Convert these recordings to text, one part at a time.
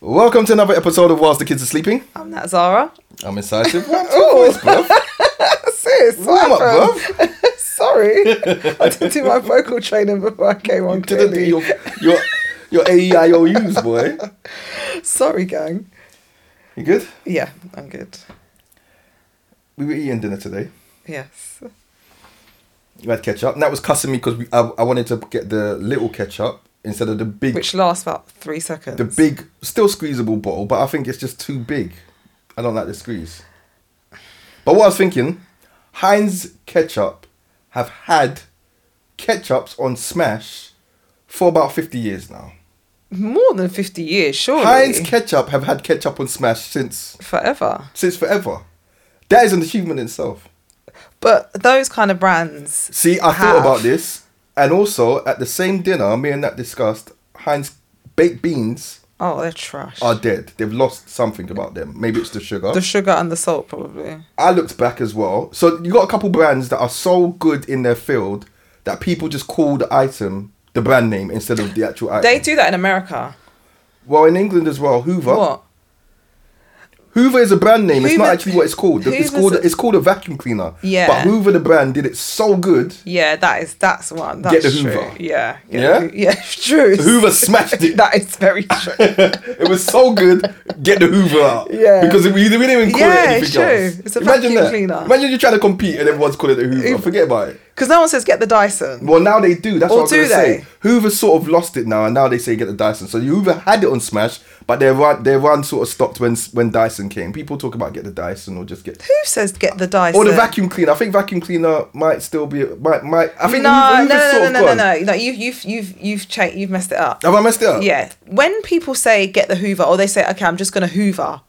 Welcome to another episode of Whilst the Kids Are Sleeping. I'm not Zara. I'm incisive. What? Oh, Sis, Warm up, what happened? Sorry. I didn't do my vocal training before I came on. Didn't do clearly. your your your AEIOUs, boy. Sorry, gang. You good? Yeah, I'm good. We were eating dinner today. Yes. You had ketchup, and that was cussing me because I, I wanted to get the little ketchup instead of the big, Which lasts about three seconds. the big, still squeezable bottle. But I think it's just too big. I don't like the squeeze. But what I was thinking, Heinz ketchup have had ketchups on Smash for about fifty years now. More than 50 years, surely. Heinz ketchup have had ketchup on Smash since Forever. since forever. That is an achievement in itself. But those kind of brands. See, I have- thought about this, and also at the same dinner, me and Nat discussed Heinz baked beans Oh, they're trash. are dead. They've lost something about them. Maybe it's the sugar. the sugar and the salt, probably. I looked back as well. So you got a couple brands that are so good in their field that people just call the item the brand name instead of the actual item. They do that in America. well, in England as well, Hoover. What? Hoover is a brand name. it's not Hoover- actually what it's called. it's Hoover's called a- it's called a vacuum cleaner. Yeah. But Hoover the brand did it so good. Yeah, that is that's one. Get That's the true. Hoover. Yeah. get Yeah? the Hoo- yeah, it's true. Hoover smashed it. that is very true. it was so good. Get the Hoover out. Yeah. Because we, we didn't even call Yeah, it anything it's true. else. It's a vacuum cleaner. Imagine you're trying to compete and everyone's calling it a Hoover. Hoover. Forget about it. Because no one says get the Dyson. Well, now they do. That's Or what I was do going to they? say. Hoover sort of lost it now, and now they say get the Dyson. So Hoover had it on Smash, but their run, their run sort of stopped when when Dyson came. People talk about get the Dyson or just get. Who says get the Dyson? Or the vacuum cleaner. I think vacuum cleaner might still be might might. I think No, no, Hoover, Hoover's sort no, no, of Oh. no, no, gone. no, no. You've you've you've you've cha- you've messed it up. Have I messed it up? Yeah. When people say get the Hoover, or they say okay, I'm just gonna Hoover.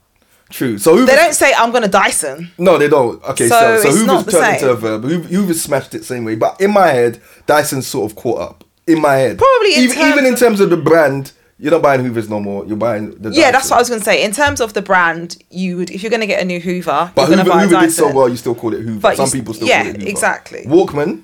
True. So Hoover, They don't say I'm gonna Dyson. No, they don't. Okay, so, So so, it's not Hoover's the turned into same. a verb. Hoover, Hoover's smashed it same way. But in my head, Dyson's sort of caught up. In my head. Probably in even, terms even in of- terms of the brand, you're not buying Hoover's no more. You're buying the Yeah, that's Dyson. what I was gonna say. In terms of the brand, you would if you're gonna get a new Hoover, But Hoover, you're gonna buy a Hoover did Dyson. so well, you still call it Hoover. But you Some s- people still yeah, call it Hoover. exactly. Walkman,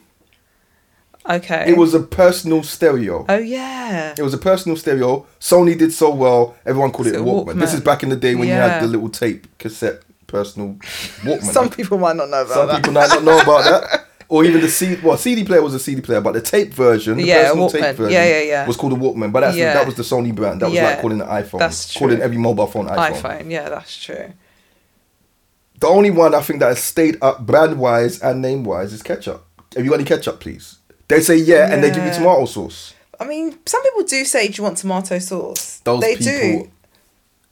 Okay. it was a personal stereo. Oh yeah. It was a personal stereo. Sony did so well, everyone called it a So Walkman. This Walkman. is back in the day when you Yeah. had the little tape cassette personal Walkman. Some people might not know about Some that. people might not know about that. Or even the CD, well, CD player was a CD player, but the tape version, the Yeah, personal Walkman. tape version, Yeah, yeah, yeah. was called a Walkman. But that's Yeah. that was the Sony brand. That was Yeah. like calling an iPhone, That's calling true. every mobile phone iPhone. iPhone. Yeah, that's true. The only one I think that has stayed up brand wise and name wise is ketchup. Have you got any ketchup, please? They say yeah, and they give you Yeah. tomato sauce. I mean, some people do say, "Do you want tomato sauce?" Those they people do.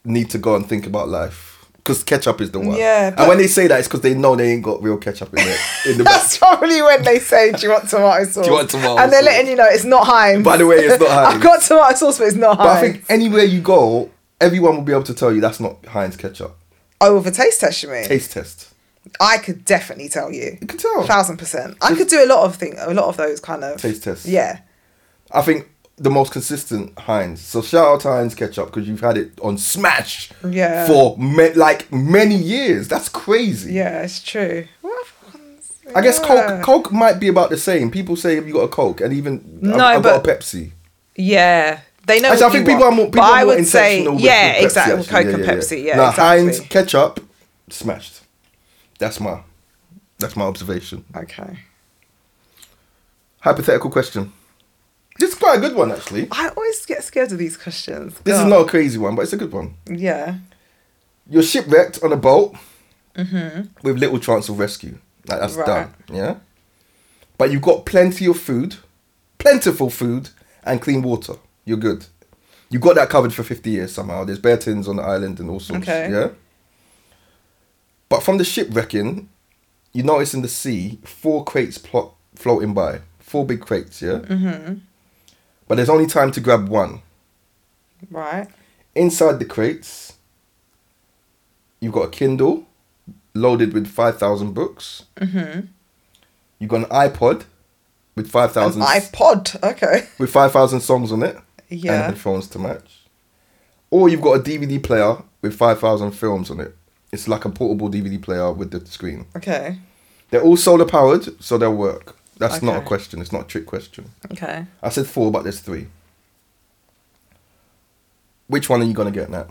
need to go and think about life because ketchup is the one. Yeah, and but- when they say that, it's because they know they ain't got real ketchup in it. In the That's probably when they say, "Do you want tomato sauce?" Do you want tomato And they're sauce? letting you know it's not Heinz. By the way, it's not Heinz. I've got tomato sauce, but it's not But I Heinz. think anywhere you go, everyone will be able to tell you that's not Heinz ketchup. Oh, with a taste test, you mean? Taste test. I could definitely tell you. You can tell. Thousand percent. I could do a lot of things, a lot of those kind of Oh. Taste test. Yeah, I think the most consistent Heinz. So shout out to Heinz ketchup because you've had it on Smash Yeah. for ma- like many years. That's crazy. yeah, it's true. What other ones? I guess Yeah. Coke Coke might be about the same. People say have you got a Coke and even I've- No, I've, got a but- Pepsi. Yeah, they know. Actually, I what think you people want. are more people But are I more would say, intentional with- yeah, with Pepsi, exactly. actually. Coke Yeah, and yeah, Pepsi. Yeah, Now, exactly. Heinz ketchup smashed. That's my that's my observation. Okay. Hypothetical question. This is quite a good one actually. I always get scared of these questions. This is God. not a crazy one, but it's a good one. Yeah. You're shipwrecked on a boat with little chance of rescue. Like that's Mm-hmm. Right. done. Yeah. But you've got plenty of food, plentiful food, and clean water. You're good. You got that covered for 50 years somehow. There's bear tins on the island and all sorts. Okay. Yeah. But from the shipwrecking, you notice in the sea four crates plot floating by. Four big crates, yeah? Mm-hmm. But there's only time to grab one. Right. Inside the crates, you've got a Kindle loaded with 5,000 books. Mm-hmm. You've got an iPod with 5,000 An iPod. Okay. with 5,000 songs on it and Yeah. headphones to match. Or you've got a DVD player with 5,000 films on it. It's like a portable DVD player with the screen. Okay. They're all solar powered, so they'll work. That's not a Okay. question. It's not a trick question. Okay. I said four, but there's three. Which one are you going to get now?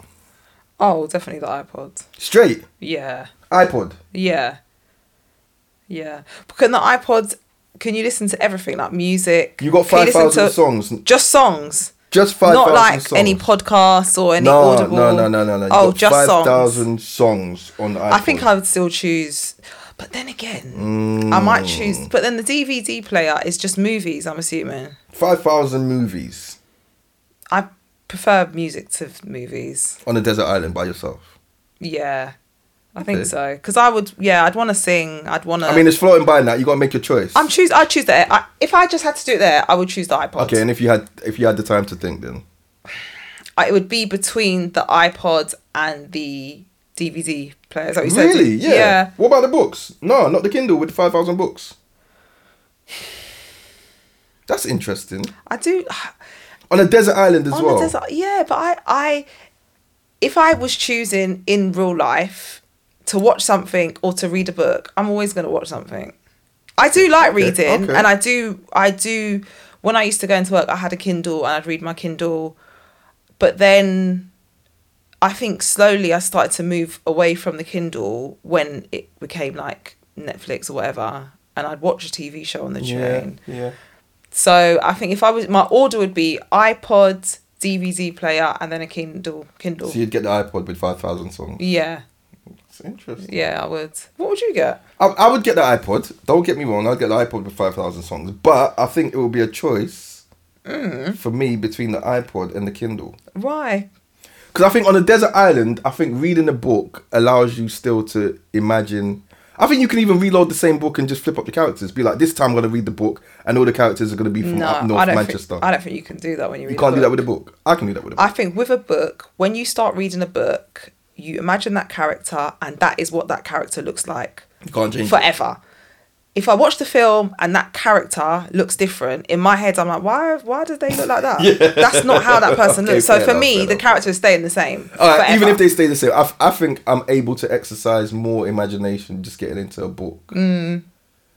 Oh, definitely the iPod. Straight Yeah. iPod. Yeah. Yeah. Because the iPods, can you listen to everything like music? You got Can five listen thousand to- songs. Just songs. Just five Not thousand like songs. any podcasts or any no, audible. no, no, no, no, no. You Oh, got just songs. 5,000 songs on the iPod. I think I would still choose. But then again, I might Mm. choose. But then the DVD player is just movies, I'm assuming. 5,000 movies I prefer music to movies. on a desert island by yourself. Yeah. I Okay. think so. Because I would, yeah, I'd want to sing. I'd want to. I mean, it's floating by now. You got to make your choice. Uh, I'm choose. I'd choose the. I, if I just had to do it there, I would choose the iPod. okay, and if you had if you had the time to think, then I, it would be between the iPod and the DVD player. Is that what you said? really, yeah. What about the books? No, not the Kindle with five thousand books. That's interesting. I do. On a desert island as on well. the desert, yeah, but I, I, if I was choosing in real life to watch something or to read a book, I'm always going to watch something. I do like reading, okay. and I do, I do. When I used to go into work, I had a Kindle and I'd read my Kindle, but then. I think slowly I started to move away from the Kindle when it became like Netflix or whatever, and I'd watch a TV show on the Yeah, train. yeah. So I think if I was my order would be iPod, DVD player, and then a Kindle. Kindle. So you'd get the iPod with five thousand songs. yeah, It's interesting. yeah, I would. What would you get? I, I would get the iPod. Don't get me wrong. I'd get the iPod with five thousand songs, but I think it would be a choice Mm. for me between the iPod and the Kindle. Why? Because I think on a desert island, I think reading a book allows you still to imagine. I think you can even reload the same book and just flip up the characters. Be like, this time I'm going to read the book, and all the characters are going to be from no, up I north don't Manchester. Think, I don't think you can do that when you read. you can't a do that with a book. book. I can do that with a I book. think with a book, when you start reading a book, you imagine that character, and that is what that character looks like You can't change. it. forever. If I watch the film and that character looks different in my head, I'm like, why? Why do they look like that? That's not how that person Okay, looks. So fair for enough, fair me, the enough. character is staying the same. All right, even forever. if they stay the same, I, f- I think I'm able to exercise more imagination just getting into a book. Mm.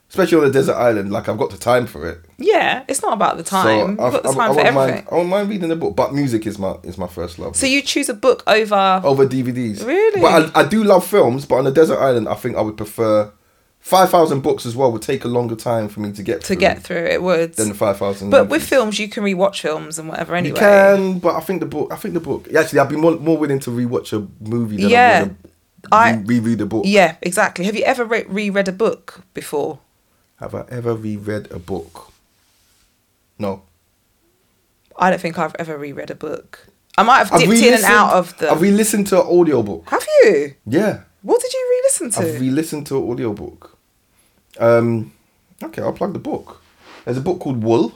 Especially on a desert island, like I've got the time for it. Yeah, it's not about the time. You've got the time for wouldn't everything. Mind, I wouldn't mind reading a book, but music is my is my first love. So you choose a book over. over DVDs. Really? But I, I do love films, but on a desert island, I think I would prefer 5,000 books as well, would take a longer time for me to get to get through it would. than the 5,000. But with movies. films, you can rewatch films and whatever anyway. You can, but I think the book, I think the book, actually, I'd be more, more willing to rewatch a movie than Yeah. I I- would to re- reread a book. Yeah, exactly. Have you ever re- reread a book before? Have I ever reread a book? No. I don't think I've ever reread a book. I might have I've dipped in and re-listened- out of the. I've re listened to an audiobook. have you? Yeah. What did you re-listen to? I've re listened to an audiobook. Um, okay, I'll plug the book. There's a book called Wool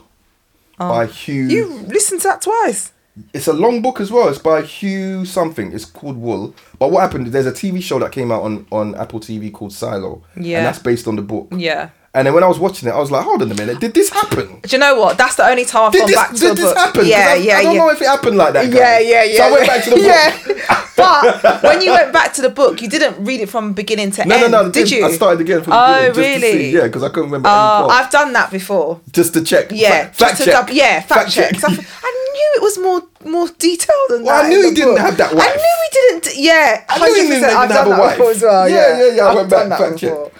Oh. by Hugh. you listened to that twice. It's a long book as well. It's by Hugh something. It's called Wool. But what happened? There's a TV show that came out on on Apple TV called Silo. Yeah. And that's based on the book. Yeah. And then when I was watching it, I was like, hold on a minute, did this happen? Do you know what? That's the only time I've Did gone this, back to a did this book. happen? 'Cause Yeah, I, yeah, I don't yeah. know if it happened like that. guys. Yeah, yeah, yeah. So I went back to the book. yeah. But when you went back to the book, you didn't read it from beginning to No, end. no, no. Did you? I started again from the Oh, beginning. just to see. really? yeah, because I couldn't remember any Oh, part. I've done that before. Just to check. Yeah, Fact, just fact to check. dub- yeah, fact, check. 'Cause I, th- I knew it was more more detailed than Well, I that. in knew the he didn't book. have that I wife. knew he didn't. d- Yeah, I knew he didn't 100%. even I've have done a that wife. before as well. Yeah, Yeah, yeah, yeah, I I've went back, done that fact check. before.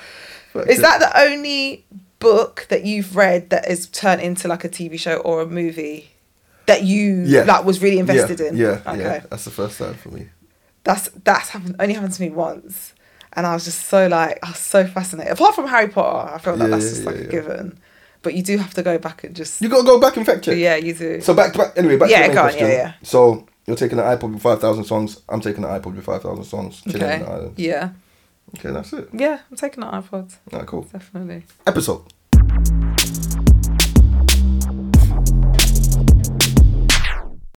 Fact Is check. that the only book that you've read that is turned into like a TV show or a movie that you Yeah. like was really invested yeah, in? Yeah, Okay. yeah. That's the first time for me. That's that's happened only happened to me once. And I was just so like I was so fascinated. Apart from Harry Potter, I felt like Yeah, that's yeah, just yeah, like a yeah. given. But you do have to go back and just You gotta go back and fact check. Yeah, you do. So back to back. Anyway, back Yeah, to the main go on, question. yeah, yeah. So you're taking an iPod with five thousand songs. I'm taking an iPod with five thousand songs. Chilling on okay. the island. Yeah. Okay, that's it. Yeah, I'm taking an iPod, Alright, cool. definitely. Episode.